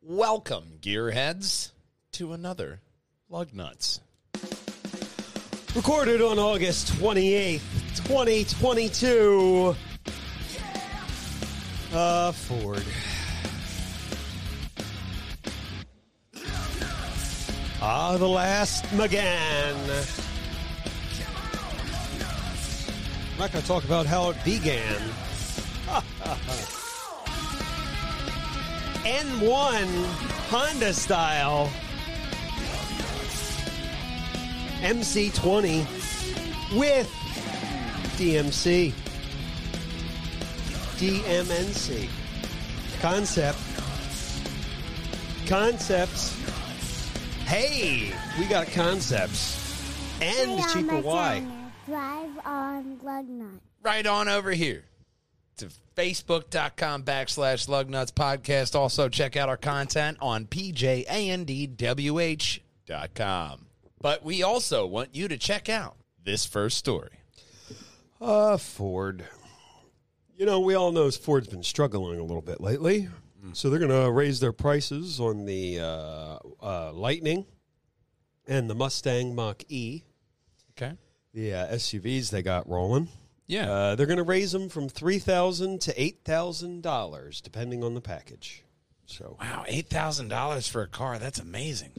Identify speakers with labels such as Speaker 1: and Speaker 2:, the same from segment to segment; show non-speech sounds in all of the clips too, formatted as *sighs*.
Speaker 1: Welcome, gearheads, to another Lug Nuts.
Speaker 2: Recorded on August 28th, 2022. Uh, Ford. Ah, the last McGann. I'm not going to talk about how it began. *laughs* N1 Honda style. MC20 with DMC. DMNC. Concept. Concepts. Hey, we got concepts. And
Speaker 3: Stay on
Speaker 2: cheaper
Speaker 3: my
Speaker 2: Y.
Speaker 3: channel. Drive on lug nut.
Speaker 1: Right on over here to facebook.com backslash Lug Nuts podcast. Also, check out our content on pjandwh.com. But we also want you to check out this first story.
Speaker 2: Uh, Ford. You know, we all know Ford's been struggling a little bit lately. So they're going to raise their prices on the uh, uh, Lightning and the Mustang Mach E,
Speaker 1: Okay.
Speaker 2: the uh, SUVs they got rolling.
Speaker 1: Yeah.
Speaker 2: Uh, they're going to raise them from three thousand to eight thousand dollars, depending on the package. So
Speaker 1: wow, $8,000 for a car. That's amazing.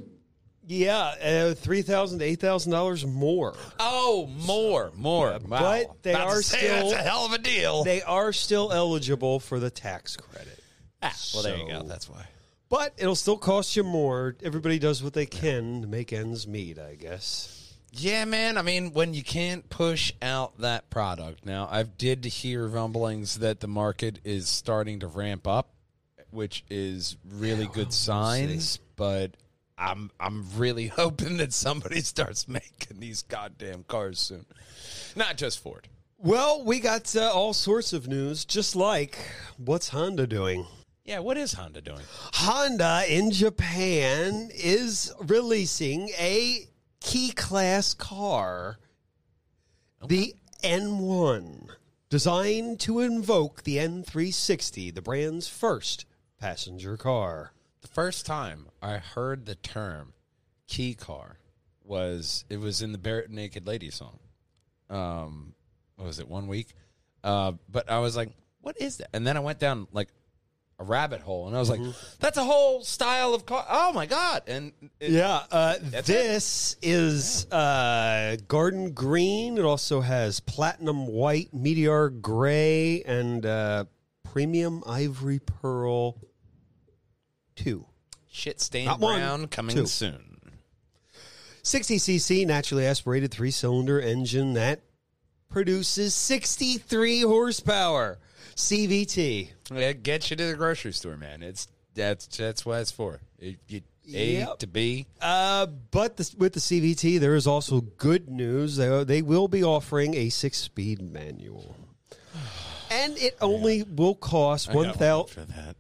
Speaker 2: yeah, uh, three thousand to eight thousand dollars more.
Speaker 1: Oh, more, more. Wow.
Speaker 2: but they
Speaker 1: About to
Speaker 2: are
Speaker 1: say,
Speaker 2: still-
Speaker 1: That's a hell of a deal.
Speaker 2: They are still eligible for the tax credit.
Speaker 1: Ah, well, there you
Speaker 2: So-
Speaker 1: go. That's why.
Speaker 2: But it'll still cost you more. Everybody does what they can to make ends meet, I guess.
Speaker 1: Yeah, man. I mean, when you can't push out that product. Now, I did hear rumblings that the market is starting to ramp up, which is really good signs. But I'm I'm really *laughs* hoping that somebody starts *laughs* making these goddamn cars soon. Not just Ford.
Speaker 2: Well, we got uh, all sorts of news, just like what's Honda doing?
Speaker 1: Yeah, what is Honda doing?
Speaker 2: Honda in Japan is releasing a key class car, the N1, designed to invoke the N360, the brand's first passenger car.
Speaker 1: The first time I heard the term key car was it was in the Barrett Naked Lady song. Um, what was it, one week? Uh, but I was like, what is that? And then I went down like a rabbit hole and I was like, that's a whole style of car. Oh my God. And it,
Speaker 2: Mm-hmm. Yeah, uh,
Speaker 1: That's
Speaker 2: this is uh, garden green. It also has platinum white, meteor gray, and uh, premium ivory pearl. Two.
Speaker 1: shit stain
Speaker 2: Not one,
Speaker 1: brown coming
Speaker 2: two.
Speaker 1: soon.
Speaker 2: 60cc naturally aspirated three cylinder engine that produces 63 horsepower. CVT.
Speaker 1: It gets you to the grocery store, man. It's that's that's what it's for. It, you, A
Speaker 2: Yep.
Speaker 1: to B.
Speaker 2: Uh, but the, with the CVT, there is also good news. They, they will be offering a six speed
Speaker 1: *sighs*
Speaker 2: manual. And it only will cost
Speaker 1: I got
Speaker 2: one thousand,
Speaker 1: for that.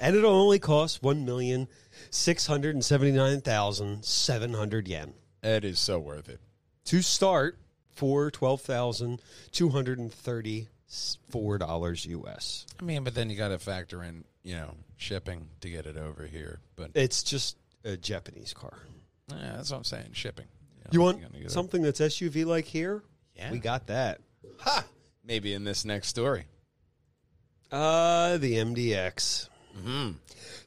Speaker 2: and it'll only cost one million six hundred and seventy nine thousand seven hundred yen
Speaker 1: It is so worth it.
Speaker 2: to start for twelve thousand two hundred and thirty four dollars US.
Speaker 1: I mean, but then you got to factor in, you know, shipping to get it over here. But eh,
Speaker 2: It's just a Japanese car.
Speaker 1: that's what I'm saying, shipping. know,
Speaker 2: You
Speaker 1: you're
Speaker 2: want
Speaker 1: gonna get it.
Speaker 2: something that's SUV like here?
Speaker 1: Yeah.
Speaker 2: we got that.
Speaker 1: Ha! Maybe in this next story.
Speaker 2: Uh, the MDX.
Speaker 1: Mm-hmm.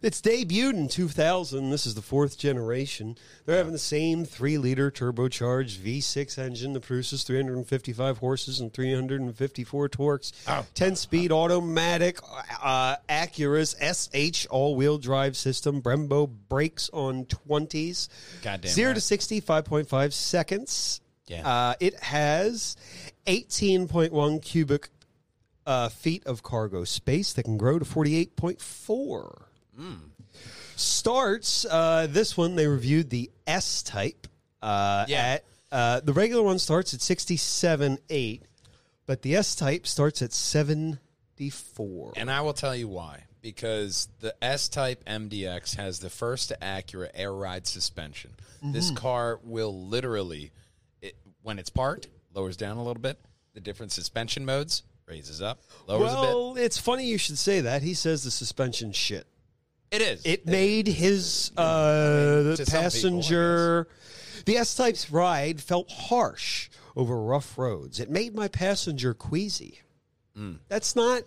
Speaker 2: It's debuted in 2000. This is the fourth generation. They're having the same three liter turbocharged V6 engine that produces 355 horses and 354 torques.
Speaker 1: Oh.
Speaker 2: 10 speed automatic uh, Acura's SH all wheel drive system. Brembo brakes on 20s.
Speaker 1: Goddamn
Speaker 2: Zero
Speaker 1: right.
Speaker 2: to 60, 5.5 seconds.
Speaker 1: Yeah.
Speaker 2: Uh, it has 18.1 cubic uh, feet of cargo space that can grow to 48.4. Starts, uh, this one, they reviewed the S type. Uh,
Speaker 1: Yeah.
Speaker 2: At, uh, the regular one starts at 67.8, but the S type starts at 74.
Speaker 1: And I will tell you why. Because the S Type MDX has the first to Acura air ride suspension. This car will literally, it, when it's parked, lowers down a little bit. The different suspension modes Raises up, lowers a
Speaker 2: well, it's funny you should say that. He says the suspension shit.
Speaker 1: bit. It is.
Speaker 2: It made his uh,
Speaker 1: mean,
Speaker 2: the
Speaker 1: to some people, I
Speaker 2: passenger. the S type's ride felt harsh over rough roads. It made my passenger queasy.
Speaker 1: Hmm.
Speaker 2: That's not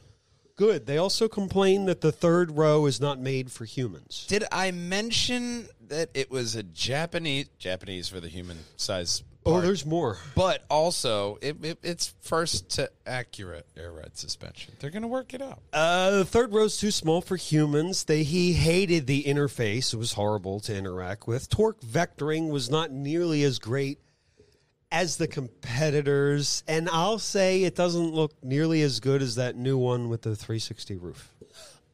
Speaker 2: good. They also complain that the third row is not made for humans.
Speaker 1: Did I mention that it was a Japanese Japanese for the human size?
Speaker 2: Oh,
Speaker 1: part,
Speaker 2: there's more.
Speaker 1: but also it, it, it's first to accurate air ride suspension. They're gonna work it out.
Speaker 2: Uh, the third row's too small for humans. They he hated the interface. It was horrible to interact with. Torque vectoring was not nearly as great as the competitors, and I'll say it doesn't look nearly as good as that new one with the 360 roof.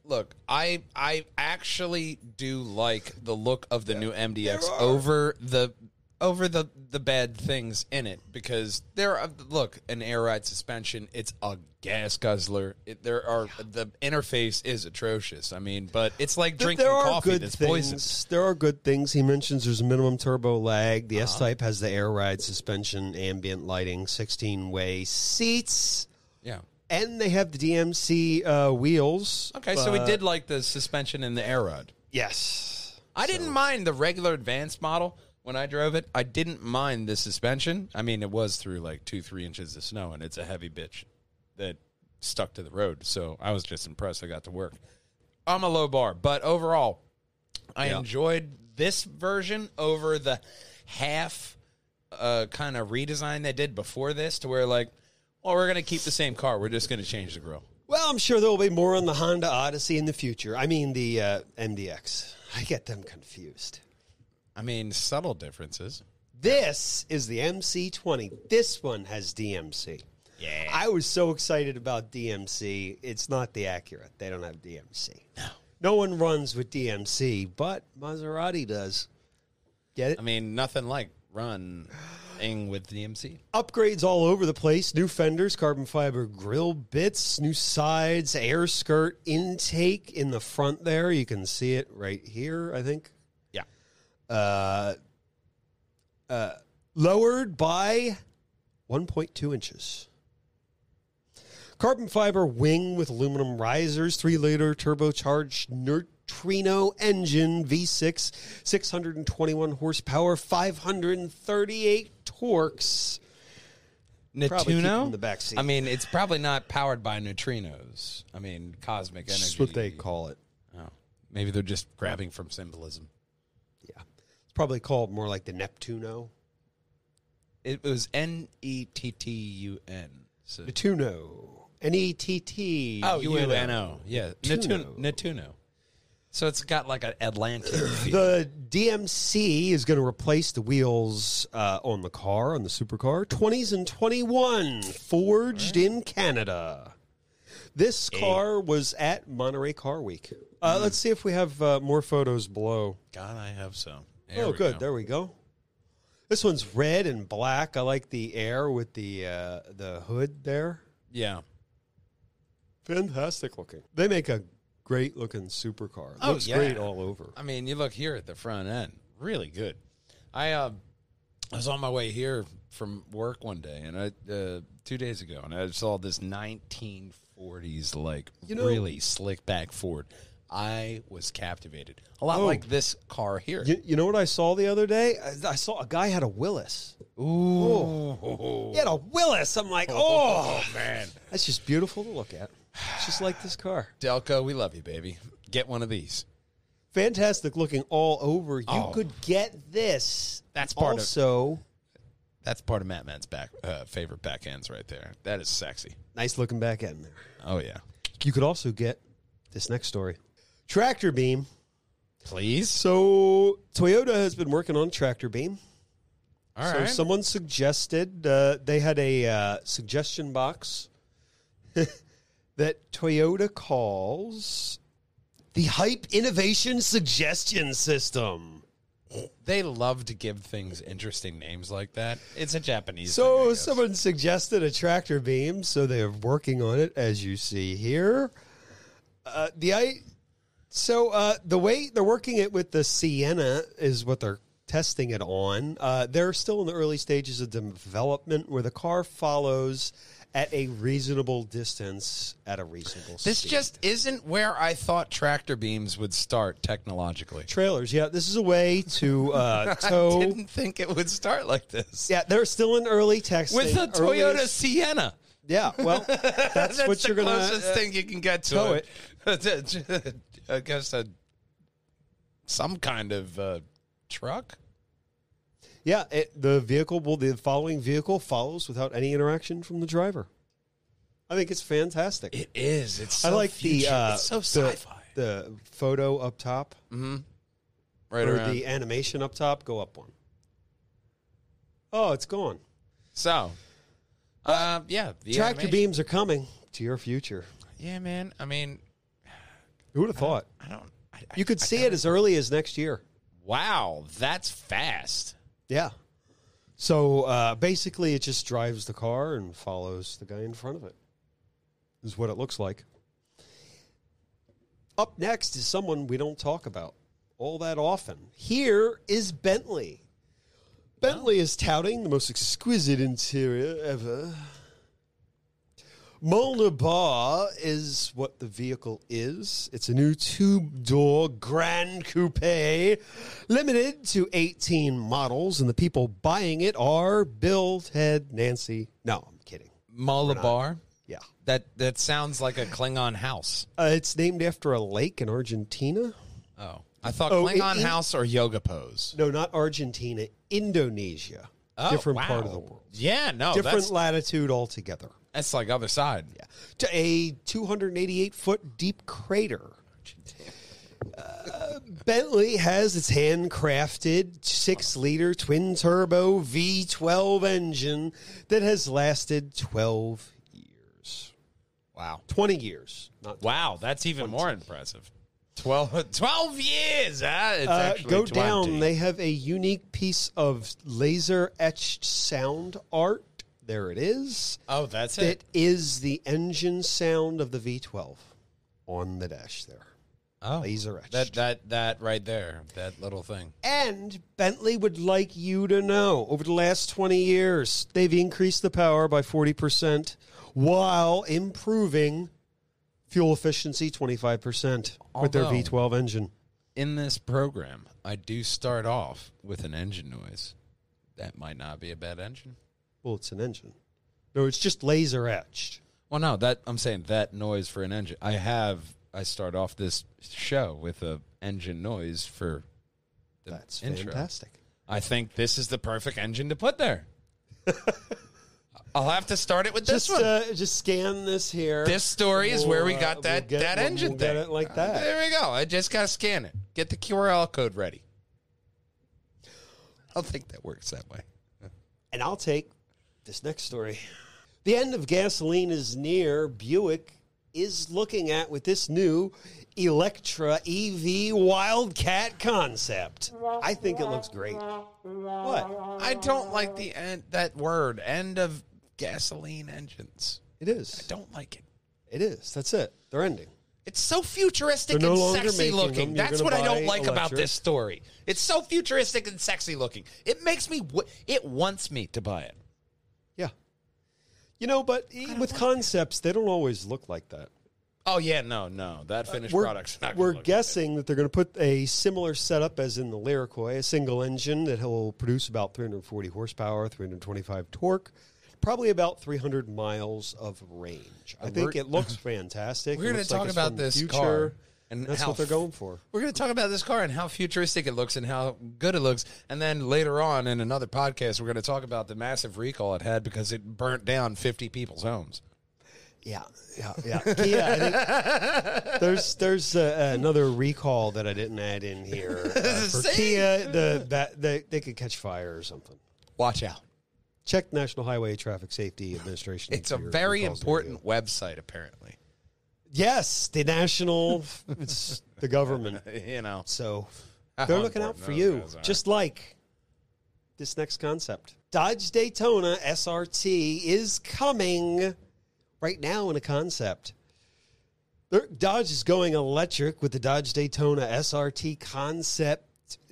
Speaker 1: Look, I I actually do like the look of the new MDX over the over the the bad things in it because there are look an air ride suspension. It's a gas guzzler. It, there are the interface is atrocious. I mean, but it's like drinking
Speaker 2: there are
Speaker 1: coffee
Speaker 2: good
Speaker 1: that's
Speaker 2: things.
Speaker 1: poison.
Speaker 2: There are good things. He mentions there's a minimum turbo lag.
Speaker 1: Uh-huh.
Speaker 2: The S Type has the air ride suspension, ambient lighting, 16 way seats.
Speaker 1: Yeah.
Speaker 2: And they have the DMC uh, wheels.
Speaker 1: Okay, so we did like the suspension and the air rod.
Speaker 2: Yes.
Speaker 1: I didn't mind the regular advanced model when I drove it. I didn't mind the suspension. I mean, it was through like two, three inches of snow, and it's a heavy bitch that stuck to the road. So I was just impressed I got to work. I'm a low bar, but overall, I enjoyed this version over the half uh, kind of redesign they did before this to where, like, well, we're going to keep the same car. We're just going to change the grill.
Speaker 2: Well, I'm sure there will be more on the Honda Odyssey in the future. I mean, the uh, MDX. I get them confused.
Speaker 1: I mean, subtle differences.
Speaker 2: This is the MC20. This one has DMC.
Speaker 1: Yeah.
Speaker 2: I was so excited about DMC. It's not the Acura. They don't have DMC. No. No one runs with DMC, but Maserati does. Get it?
Speaker 1: I mean, nothing like running with DMC.
Speaker 2: Upgrades all over the place. New fenders, carbon fiber grill bits, new sides, air skirt intake in the front there. You can see it right here, I think.
Speaker 1: Yeah.
Speaker 2: Uh, lowered by 1.2 inches. Carbon fiber wing with aluminum risers, 3 liter turbocharged neutrino engine, V6, 621 horsepower, 538 torques. Probably keep them
Speaker 1: Neutrino?
Speaker 2: in the back seat.
Speaker 1: I mean, it's probably not powered by neutrinos. I mean, cosmic energy.
Speaker 2: That's what they call it.
Speaker 1: Oh. Maybe they're just grabbing from symbolism.
Speaker 2: Yeah. It's probably called more like the Neptuno.
Speaker 1: It was N E T T U N. So
Speaker 2: Neptuno. N E T T.
Speaker 1: Oh, U-N-O. Yeah.
Speaker 2: Neutrino.
Speaker 1: Neutuno. Neutuno. So it's got like an
Speaker 2: *coughs*
Speaker 1: Atlantic feel.
Speaker 2: The DMC is going to replace the wheels uh, on the car, on the supercar. 20s and 21, forged in Canada. This car was at Monterey Car Week. Uh,
Speaker 1: Mm.
Speaker 2: Let's see if we have uh, more photos below.
Speaker 1: God, I hope so. There
Speaker 2: oh,
Speaker 1: we
Speaker 2: good.
Speaker 1: go.
Speaker 2: There we go. This one's red and black. I like the air with the uh, the hood there.
Speaker 1: Yeah.
Speaker 2: Fantastic looking. They make a great looking supercar.
Speaker 1: Oh,
Speaker 2: Looks
Speaker 1: yeah.
Speaker 2: great all over.
Speaker 1: I mean, you look here at the front end, really good. I uh, I was on my way here from work one day, and I uh, two days ago, and I saw this 1940s like
Speaker 2: You know-
Speaker 1: really slick back Ford. I was captivated, a lot like this car here.
Speaker 2: Oh. You, you know what I saw the other day? I, I saw a guy had a Willis.
Speaker 1: Ooh,
Speaker 2: He had a Willis. I'm like, oh,
Speaker 1: man,
Speaker 2: that's just beautiful to look at. It's just like this car.
Speaker 1: Delco, we love you, baby. Get one of these.
Speaker 2: Fantastic looking all over. You
Speaker 1: Oh.
Speaker 2: could get this.
Speaker 1: That's part of-
Speaker 2: also
Speaker 1: That's part of Matt Man's back uh, favorite back ends right there. That is sexy.
Speaker 2: nice looking back end there.
Speaker 1: Oh yeah,
Speaker 2: You could also get this next story. Tractor beam.
Speaker 1: please.
Speaker 2: So Toyota has been working on tractor beam.
Speaker 1: All
Speaker 2: so
Speaker 1: right.
Speaker 2: someone suggested uh, they had a uh, suggestion box *laughs* that Toyota calls the Hype Innovation Suggestion System.
Speaker 1: They love to give things interesting names like that. It's a Japanese. thing, I
Speaker 2: So
Speaker 1: guess.
Speaker 2: someone suggested a tractor beam, so they are working on it, as you see here. Uh, the I, so uh, the way they're working it with the Sienna is what they're testing it on. Uh, they're still in the early stages of development, where the car follows at a reasonable distance at a reasonable
Speaker 1: This
Speaker 2: speed.
Speaker 1: just isn't where I thought tractor beams would start technologically.
Speaker 2: trailers. Yeah, this is a way to uh,
Speaker 1: *laughs* I
Speaker 2: tow.
Speaker 1: didn't think it would start like this.
Speaker 2: Yeah, they're still in early texting
Speaker 1: With the Toyota
Speaker 2: earliest-
Speaker 1: Sienna.
Speaker 2: Yeah,
Speaker 1: *laughs*
Speaker 2: well, that's,
Speaker 1: That's
Speaker 2: what
Speaker 1: the
Speaker 2: you're gonna. uh,
Speaker 1: closest thing you can get
Speaker 2: tow
Speaker 1: to it. *laughs* I guess a, some kind of uh, truck.
Speaker 2: Yeah, it, the vehicle will. The following vehicle follows without any interaction from the driver. I think it's fantastic.
Speaker 1: It is. It's.
Speaker 2: I like the
Speaker 1: future-
Speaker 2: uh,
Speaker 1: it's so
Speaker 2: the-
Speaker 1: sci-fi.
Speaker 2: The, photo up top
Speaker 1: right
Speaker 2: or
Speaker 1: around.
Speaker 2: the animation up top. Go up one. Oh, it's gone.
Speaker 1: so. Uh, yeah. The
Speaker 2: Tractor
Speaker 1: animation-
Speaker 2: beams are coming to your future.
Speaker 1: Yeah, man. I mean,
Speaker 2: Who would have thought?
Speaker 1: I don't. I, I-
Speaker 2: You could
Speaker 1: I
Speaker 2: see
Speaker 1: don't-
Speaker 2: it as early as next year.
Speaker 1: Wow, that's fast.
Speaker 2: Yeah. So uh, basically, it just drives the car and follows the guy in front of it, is what it looks like. Up next is someone we don't talk about all that often. Here is Bentley. Bentley is touting the most exquisite interior ever. Molnar Bar is what the vehicle is. It's a new two door Grand Coupe, limited to 18 models, and the people buying it are Bill, Ted, Nancy. No, I'm kidding.
Speaker 1: Malabar.
Speaker 2: Yeah.
Speaker 1: That that sounds like a Klingon house.
Speaker 2: Uh, it's named after a lake in Argentina.
Speaker 1: Oh, I thought
Speaker 2: Oh,
Speaker 1: Klingon
Speaker 2: it- it-
Speaker 1: house or yoga pose.
Speaker 2: No, not Argentina, Indonesia.
Speaker 1: Oh,
Speaker 2: Different
Speaker 1: wow.
Speaker 2: part of the world.
Speaker 1: Yeah, no,
Speaker 2: Different
Speaker 1: that's
Speaker 2: latitude altogether.
Speaker 1: that's like other side.
Speaker 2: Yeah. To a 288 foot deep crater. Uh, Bentley has its handcrafted six liter twin turbo V12 engine that has lasted 12 years.
Speaker 1: Wow,
Speaker 2: 20 years. Not
Speaker 1: wow, that's even more impressive. *laughs* 12, 12 years. Huh? It's
Speaker 2: Uh,
Speaker 1: actually
Speaker 2: go
Speaker 1: 20.
Speaker 2: down. They have a unique piece of laser etched sound art. There it is.
Speaker 1: oh, that's
Speaker 2: It
Speaker 1: it.
Speaker 2: is the engine sound of the V12 on the dash there.
Speaker 1: Oh,
Speaker 2: Laser etched.
Speaker 1: that that that right there. That little thing.
Speaker 2: And Bentley would like you to know over the last 20 years, they've increased the power by 40% while improving fuel efficiency 25% with their
Speaker 1: Although-
Speaker 2: V12 engine.
Speaker 1: In this program, I do start off with an engine noise. That might not be a bad engine.
Speaker 2: Well, it's an engine. No, it's just laser etched.
Speaker 1: Well, no, that I'm saying that noise for an engine. I have. I start off this show with a engine noise for the
Speaker 2: That's
Speaker 1: intro.
Speaker 2: fantastic.
Speaker 1: I think this is the perfect engine to put there. I'll have to start it with this
Speaker 2: Just,
Speaker 1: one.
Speaker 2: uh, just scan this here.
Speaker 1: this story is where we
Speaker 2: We'll, uh,
Speaker 1: got that
Speaker 2: we'll get it-
Speaker 1: that
Speaker 2: we'll-
Speaker 1: engine
Speaker 2: we'll
Speaker 1: thing.
Speaker 2: get it like
Speaker 1: Uh,
Speaker 2: that.
Speaker 1: there we go. I just gotta scan it. Get the QRL code ready. I don't think that works that way.
Speaker 2: And I'll take this next story. The end of gasoline is near. Buick is looking at with this new Electra EV Wildcat concept. I think it looks great. What?
Speaker 1: I don't like the end that word end of gasoline engines.
Speaker 2: It is.
Speaker 1: Don't like it.
Speaker 2: It is. That's it. They're ending.
Speaker 1: It's so futuristic
Speaker 2: They're no
Speaker 1: and
Speaker 2: longer
Speaker 1: sexy
Speaker 2: making
Speaker 1: looking.
Speaker 2: them. You're
Speaker 1: That's
Speaker 2: gonna
Speaker 1: what I don't
Speaker 2: buy
Speaker 1: like about
Speaker 2: electric.
Speaker 1: this story. It's so futuristic and sexy looking. It makes me. W- it wants me to buy it.
Speaker 2: Yeah. You know, but e- with concepts, they don't always look like that.
Speaker 1: Oh yeah, no, no, that finished product's not. gonna
Speaker 2: Uh, we're
Speaker 1: look
Speaker 2: guessing that they're going to put a similar setup as in the Lyricoi, a single engine that will produce about 340 horsepower, 325 torque, probably about 300 miles of range. I think
Speaker 1: we're-
Speaker 2: it looks *laughs* fantastic.
Speaker 1: We're
Speaker 2: It
Speaker 1: gonna
Speaker 2: looks like
Speaker 1: talk
Speaker 2: it's
Speaker 1: about
Speaker 2: from the
Speaker 1: this
Speaker 2: future,
Speaker 1: car and
Speaker 2: that's
Speaker 1: how
Speaker 2: what they're
Speaker 1: f-
Speaker 2: going for.
Speaker 1: We're going to talk about this car and how futuristic it looks and how good it looks. And then later on in another podcast, we're going to talk about the massive recall it had because it burnt down 50 people's homes.
Speaker 2: Yeah, *laughs* yeah, yeah. Kia, I think there's there's uh, another recall that I didn't add
Speaker 1: *laughs*
Speaker 2: in here uh, for
Speaker 1: See?
Speaker 2: Kia. The that they, they could catch fire or something.
Speaker 1: Watch out.
Speaker 2: Check National Highway Traffic Safety Administration.
Speaker 1: It's a
Speaker 2: for your
Speaker 1: very
Speaker 2: recalls they do.
Speaker 1: important website, apparently. *laughs*
Speaker 2: Yes, the national, it's
Speaker 1: *laughs*
Speaker 2: the government.
Speaker 1: You know,
Speaker 2: So
Speaker 1: How
Speaker 2: they're looking out
Speaker 1: important
Speaker 2: for
Speaker 1: those
Speaker 2: you,
Speaker 1: guys are.
Speaker 2: just like this next concept. Dodge Daytona SRT is coming right now in a concept. They're- Dodge is going electric with the Dodge Daytona SRT concept.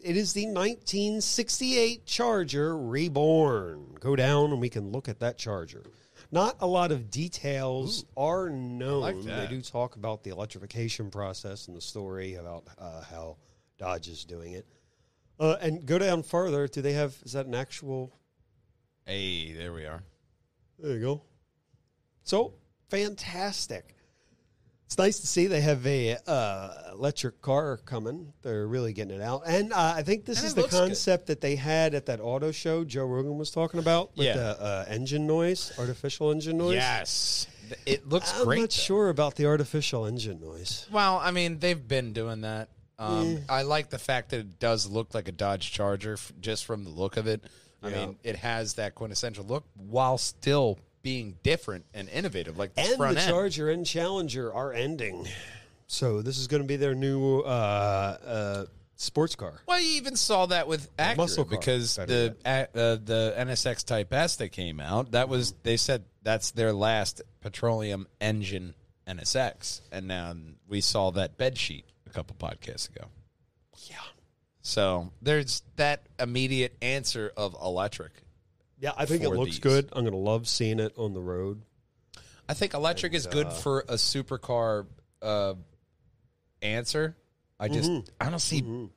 Speaker 2: It is the 1968 Charger reborn. Go down and we can look at that Charger. Not a lot of details are known.
Speaker 1: like that.
Speaker 2: They do talk about the electrification process and the story about uh, how Dodge is doing it. Uh, and go down further. Do they have? Is that an actual?
Speaker 1: Hey, there we are.
Speaker 2: There you go. So fantastic. It's nice to see they have a uh, electric car coming. They're really getting it out, and uh, I think this
Speaker 1: And
Speaker 2: is
Speaker 1: it
Speaker 2: the
Speaker 1: looks good.
Speaker 2: concept that they had at that auto show Joe Rogan was talking about with
Speaker 1: Yeah.
Speaker 2: the uh, engine noise, artificial engine noise.
Speaker 1: Yes, Th- it looks
Speaker 2: I'm
Speaker 1: great.
Speaker 2: not
Speaker 1: though.
Speaker 2: sure about the artificial engine noise.
Speaker 1: Well, I mean, they've been doing that. Um, I like the fact that it does look like a Dodge Charger f- just from the look of it. I
Speaker 2: Yeah.
Speaker 1: mean, it has that quintessential look while still being different and innovative, like the
Speaker 2: And
Speaker 1: front
Speaker 2: the
Speaker 1: end.
Speaker 2: Charger and Challenger are ending, so this is going to be their new uh, uh, sports car.
Speaker 1: Well, you even saw that with Acura
Speaker 2: muscle car,
Speaker 1: because
Speaker 2: better
Speaker 1: the a- uh, the NSX Type S that came out, that was they said that's their last petroleum engine NSX, and now we saw that bed sheet a couple podcasts ago.
Speaker 2: Yeah,
Speaker 1: So there's that immediate answer of electric.
Speaker 2: yeah. I think it
Speaker 1: For
Speaker 2: looks
Speaker 1: these.
Speaker 2: good. I'm going to love seeing it on the road.
Speaker 1: I think electric is good for a supercar uh, answer. I just I don't see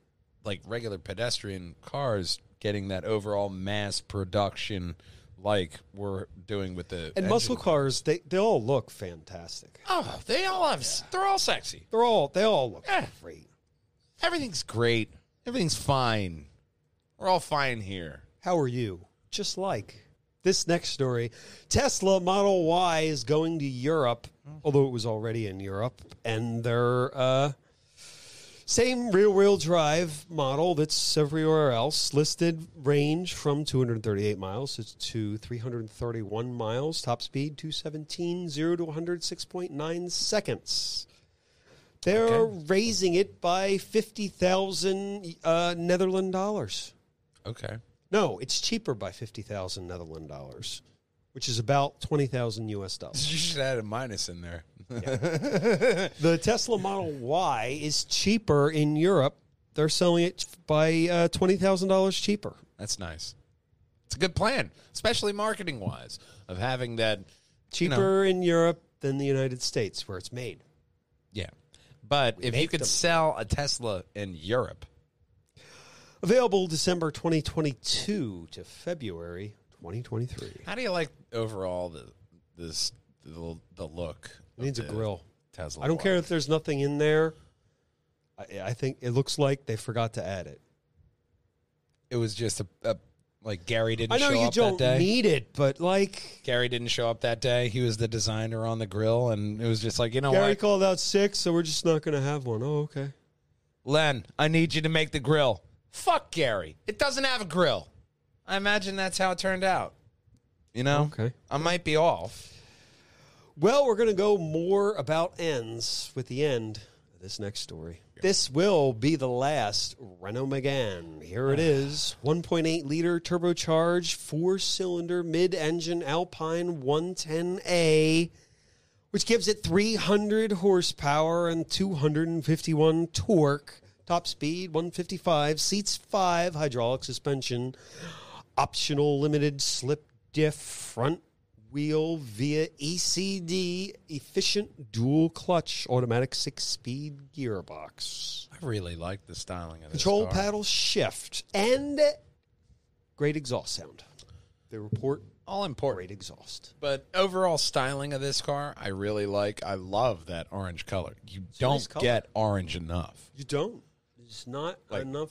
Speaker 1: like regular pedestrian cars getting that overall mass production like we're doing with the
Speaker 2: And
Speaker 1: engine.
Speaker 2: muscle cars, they, they all look fantastic.
Speaker 1: Oh, they all have. They're all sexy.
Speaker 2: They're all they all look
Speaker 1: Yeah.
Speaker 2: great.
Speaker 1: Everything's great. Everything's fine. We're all fine here.
Speaker 2: How are you? Just like this next story, Tesla Model Y is going to Europe, although it was already in Europe, and their uh, same rear-wheel drive model that's everywhere else listed range from 238 miles to 331 miles, top speed 217, 0 to 106.9 seconds. They're
Speaker 1: Okay.
Speaker 2: raising it by 50,000 uh, Netherland dollars.
Speaker 1: Okay.
Speaker 2: No, it's cheaper by 50,000 Netherland dollars, which is about 20,000 US dollars.
Speaker 1: *laughs* *laughs* You should add a minus in there.
Speaker 2: the Tesla Model Y is cheaper in Europe. They're selling it by uh, $20,000 cheaper.
Speaker 1: That's nice. It's a good plan, especially marketing wise, of having that you know,
Speaker 2: Cheaper in Europe than the United States where it's made.
Speaker 1: yeah. But if you
Speaker 2: make
Speaker 1: could
Speaker 2: them.
Speaker 1: sell a Tesla in Europe,
Speaker 2: Available December 2022 to February 2023.
Speaker 1: how do you like overall the this the, the look?
Speaker 2: It needs a
Speaker 1: of the
Speaker 2: grill.
Speaker 1: Tesla.
Speaker 2: I don't
Speaker 1: Y?
Speaker 2: care if there's nothing in there. I, I think it looks like they forgot to add it.
Speaker 1: It was just a, a like Gary didn't
Speaker 2: I know
Speaker 1: show
Speaker 2: you
Speaker 1: up
Speaker 2: don't
Speaker 1: that day.
Speaker 2: need it, but like
Speaker 1: Gary didn't show up that day. He was the designer on the grill, and it was just like, you know
Speaker 2: Gary
Speaker 1: what,
Speaker 2: called out six, so we're just not going to have one. Oh, okay.
Speaker 1: Len, I need you to make the grill. Fuck Gary. It doesn't have a grill. I imagine that's how it turned out. You know,
Speaker 2: Okay.
Speaker 1: I might be off.
Speaker 2: Well, we're going to go more about ends with the end of this next story. This will be the last Renault Megane. Here it is 1.8 liter turbocharged, four cylinder, mid engine Alpine 110A, which gives it 300 horsepower and 251 torque. Top speed 155, seats five, hydraulic suspension. optional limited slip diff front wheel via ECD efficient dual clutch automatic six speed gearbox.
Speaker 1: I really like the styling of this
Speaker 2: Control
Speaker 1: car.
Speaker 2: paddle shift and great exhaust sound. They report
Speaker 1: All important.
Speaker 2: great exhaust.
Speaker 1: But overall styling of this car, I really like. I love that orange color. You don't
Speaker 2: nice color.
Speaker 1: get orange enough.
Speaker 2: You don't. There's not
Speaker 1: Like-
Speaker 2: enough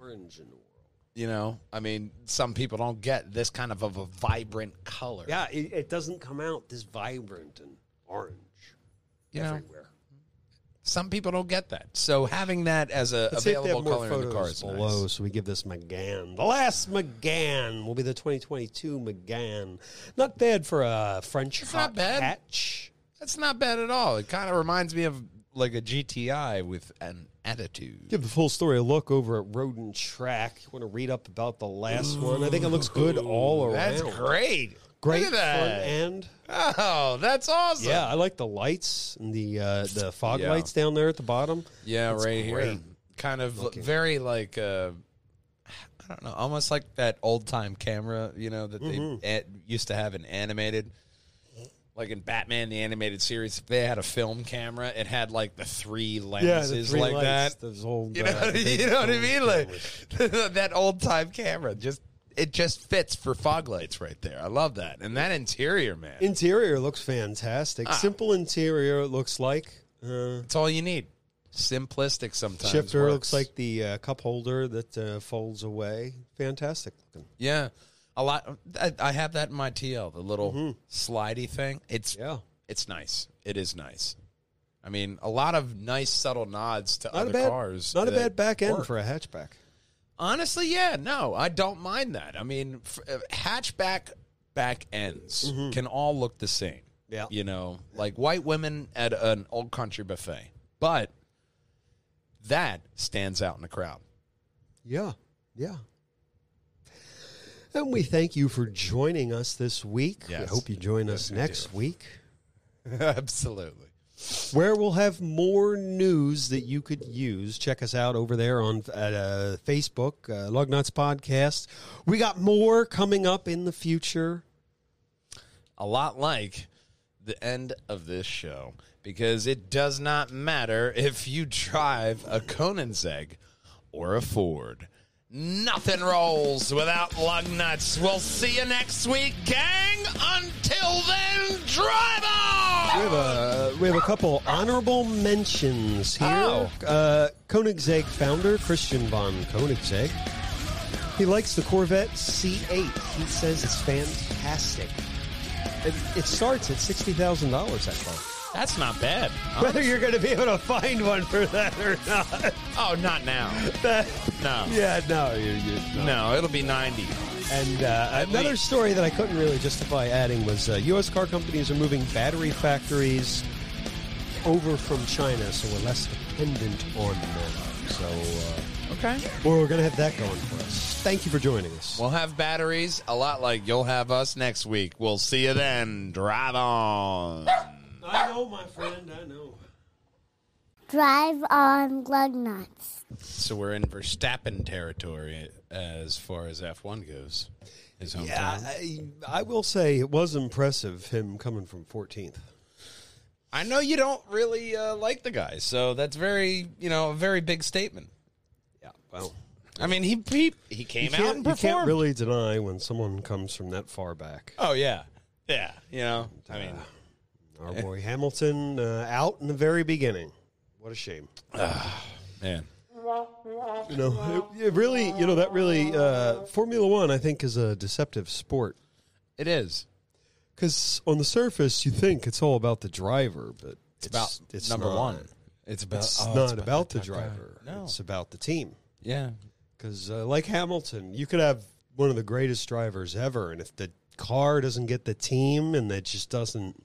Speaker 2: orange in the world.
Speaker 1: You know, I mean, some people don't get this kind of, of a vibrant color.
Speaker 2: Yeah, it, it doesn't come out this vibrant and orange
Speaker 1: you know,
Speaker 2: everywhere.
Speaker 1: some people don't get that. So having that as a
Speaker 2: Let's see if they
Speaker 1: available
Speaker 2: have more
Speaker 1: color in the car
Speaker 2: photos
Speaker 1: is nice.
Speaker 2: below, so we give this McGann. The last McGann will be the 2022 McGann. Not bad for a French
Speaker 1: It's
Speaker 2: hot
Speaker 1: not bad.
Speaker 2: hatch.
Speaker 1: That's not bad at all. It kind of reminds me of like a GTI with an attitude.
Speaker 2: Give the full story a look over at Road and Track. You want to read up about the last one? I think it looks good all around.
Speaker 1: That's great.
Speaker 2: Great
Speaker 1: Look at that.
Speaker 2: front end.
Speaker 1: Oh, that's awesome.
Speaker 2: Yeah, I like the lights and the uh, the fog
Speaker 1: Yeah.
Speaker 2: lights down there at the bottom.
Speaker 1: Yeah,
Speaker 2: It's
Speaker 1: right here.
Speaker 2: great.
Speaker 1: Kind of very like uh I don't
Speaker 2: Mm-hmm.
Speaker 1: know, almost like that old time camera, you know, that they a- used to have in animated. Like in Batman the animated series, if they had a film camera, it had like the three
Speaker 2: Yeah,
Speaker 1: lenses
Speaker 2: the three
Speaker 1: like
Speaker 2: lights,
Speaker 1: that.
Speaker 2: Those old,
Speaker 1: You know,
Speaker 2: *laughs* uh,
Speaker 1: *laughs*
Speaker 2: big
Speaker 1: you know what I
Speaker 2: old
Speaker 1: mean? Like *laughs*
Speaker 2: cameras.
Speaker 1: that old time camera, just it just fits for fog lights right there. I love that, and that interior, man,
Speaker 2: interior looks fantastic.
Speaker 1: Ah.
Speaker 2: Simple interior. It looks like uh,
Speaker 1: it's all you need. Simplistic sometimes.
Speaker 2: shifter.
Speaker 1: works.
Speaker 2: Looks like the uh, cup holder that uh, folds away. Fantastic looking.
Speaker 1: yeah, a lot. I, I have that in my TL, the little slidey thing. It's
Speaker 2: Mm-hmm. Yeah.
Speaker 1: it's nice. It is nice. I mean, a lot of nice subtle nods to
Speaker 2: Not
Speaker 1: other
Speaker 2: a bad.
Speaker 1: cars.
Speaker 2: not a
Speaker 1: that
Speaker 2: bad back end
Speaker 1: work.
Speaker 2: for a hatchback.
Speaker 1: Honestly, yeah, no, I don't mind that. I mean, f- uh, hatchback back ends can all look the same.
Speaker 2: Mm-hmm. Yeah.
Speaker 1: You know, like white women at an old country buffet. But that stands out in the
Speaker 2: *laughs*
Speaker 1: crowd.
Speaker 2: Yeah, yeah. And we thank you for joining us this week. We
Speaker 1: Yes.
Speaker 2: hope you join
Speaker 1: Yes,
Speaker 2: us
Speaker 1: we
Speaker 2: next
Speaker 1: do.
Speaker 2: week,
Speaker 1: Absolutely.
Speaker 2: where we'll have more news that you could use. Check us out over there on at, uh, Facebook, uh, Lug Nuts Podcast. We got more coming up in the future.
Speaker 1: A lot like the end of this show because it does not matter if you drive a Conan's egg or a Ford. Nothing rolls without lug nuts. We'll see you next week, gang. Until then, drive on!
Speaker 2: We have a, we have a couple honorable mentions here.
Speaker 1: Oh.
Speaker 2: Uh, Koenigsegg founder Christian von Koenigsegg. He likes the Corvette C8. He says it's fantastic. It, it starts at sixty thousand dollars. That car.
Speaker 1: That's not *laughs* bad.
Speaker 2: Whether you're going to be able to find one for that or not. *laughs*
Speaker 1: Oh, not now. No.
Speaker 2: yeah, no, you you
Speaker 1: No, it'll be 90.
Speaker 2: And uh, another
Speaker 1: least.
Speaker 2: story that I couldn't really justify adding was uh, U.S. car companies are moving battery factories over from China, so we're less dependent on them. So, uh,
Speaker 1: Okay.
Speaker 2: well, we're going to have that going for us. Thank you for joining us.
Speaker 1: We'll have batteries a lot like you'll have us next week. We'll see you then. Drive on.
Speaker 2: I know, my friend. I know.
Speaker 3: Drive on lug nuts.
Speaker 1: So we're in Verstappen territory as far as F1 goes. His hometown.
Speaker 2: Yeah, I, I will say it was impressive him coming from 14th.
Speaker 1: I know you don't really uh, like the guy, so that's very, you know, a very big statement.
Speaker 2: Yeah, well,
Speaker 1: I mean, he he, he
Speaker 2: you
Speaker 1: came out and
Speaker 2: can't, you
Speaker 1: performed.
Speaker 2: can't really deny when someone comes from that far back.
Speaker 1: oh yeah, yeah. You know, I mean,
Speaker 2: Uh, Our boy Hamilton uh, out in the very beginning. What a shame.
Speaker 1: man.
Speaker 2: You know, it, it really, you know, that really, uh, Formula One, I think, is a deceptive sport.
Speaker 1: It is.
Speaker 2: Because on the surface, you think it's all about the driver, but it's,
Speaker 1: It's about number
Speaker 2: not. Uh,
Speaker 1: one. It's about
Speaker 2: It's
Speaker 1: oh,
Speaker 2: not about, the
Speaker 1: that guy.
Speaker 2: driver.
Speaker 1: No.
Speaker 2: It's about the team.
Speaker 1: Yeah.
Speaker 2: Because, uh, like Hamilton, you could have one of the greatest drivers ever, and if the car doesn't get the team, and that just doesn't,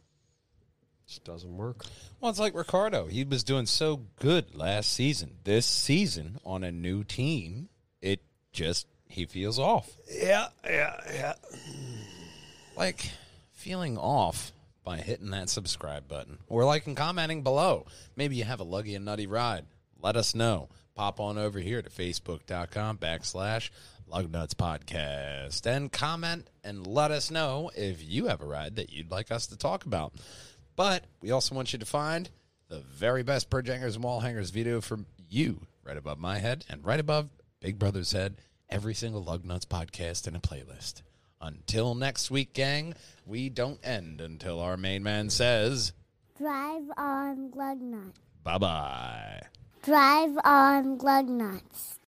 Speaker 2: just doesn't work.
Speaker 1: Well, it's like Ricardo. He was doing so good last season. This season on a new team, it just he feels off.
Speaker 2: Yeah, yeah, yeah.
Speaker 1: like feeling off by hitting that subscribe button or liking commenting below. Maybe you have a luggy and nutty ride. Let us know. Pop on over here to facebook.com backslash lugnuts podcast and comment and let us know if you have a ride that you'd like us to talk about. But we also want you to find the very best purge hangers and wall hangers video from you right above my head and right above Big Brother's head every single Lug Nuts podcast in a playlist. Until next week, gang, we don't end until our main man says
Speaker 3: Drive on lug nuts.
Speaker 1: bye bye.
Speaker 3: Drive on lug nuts.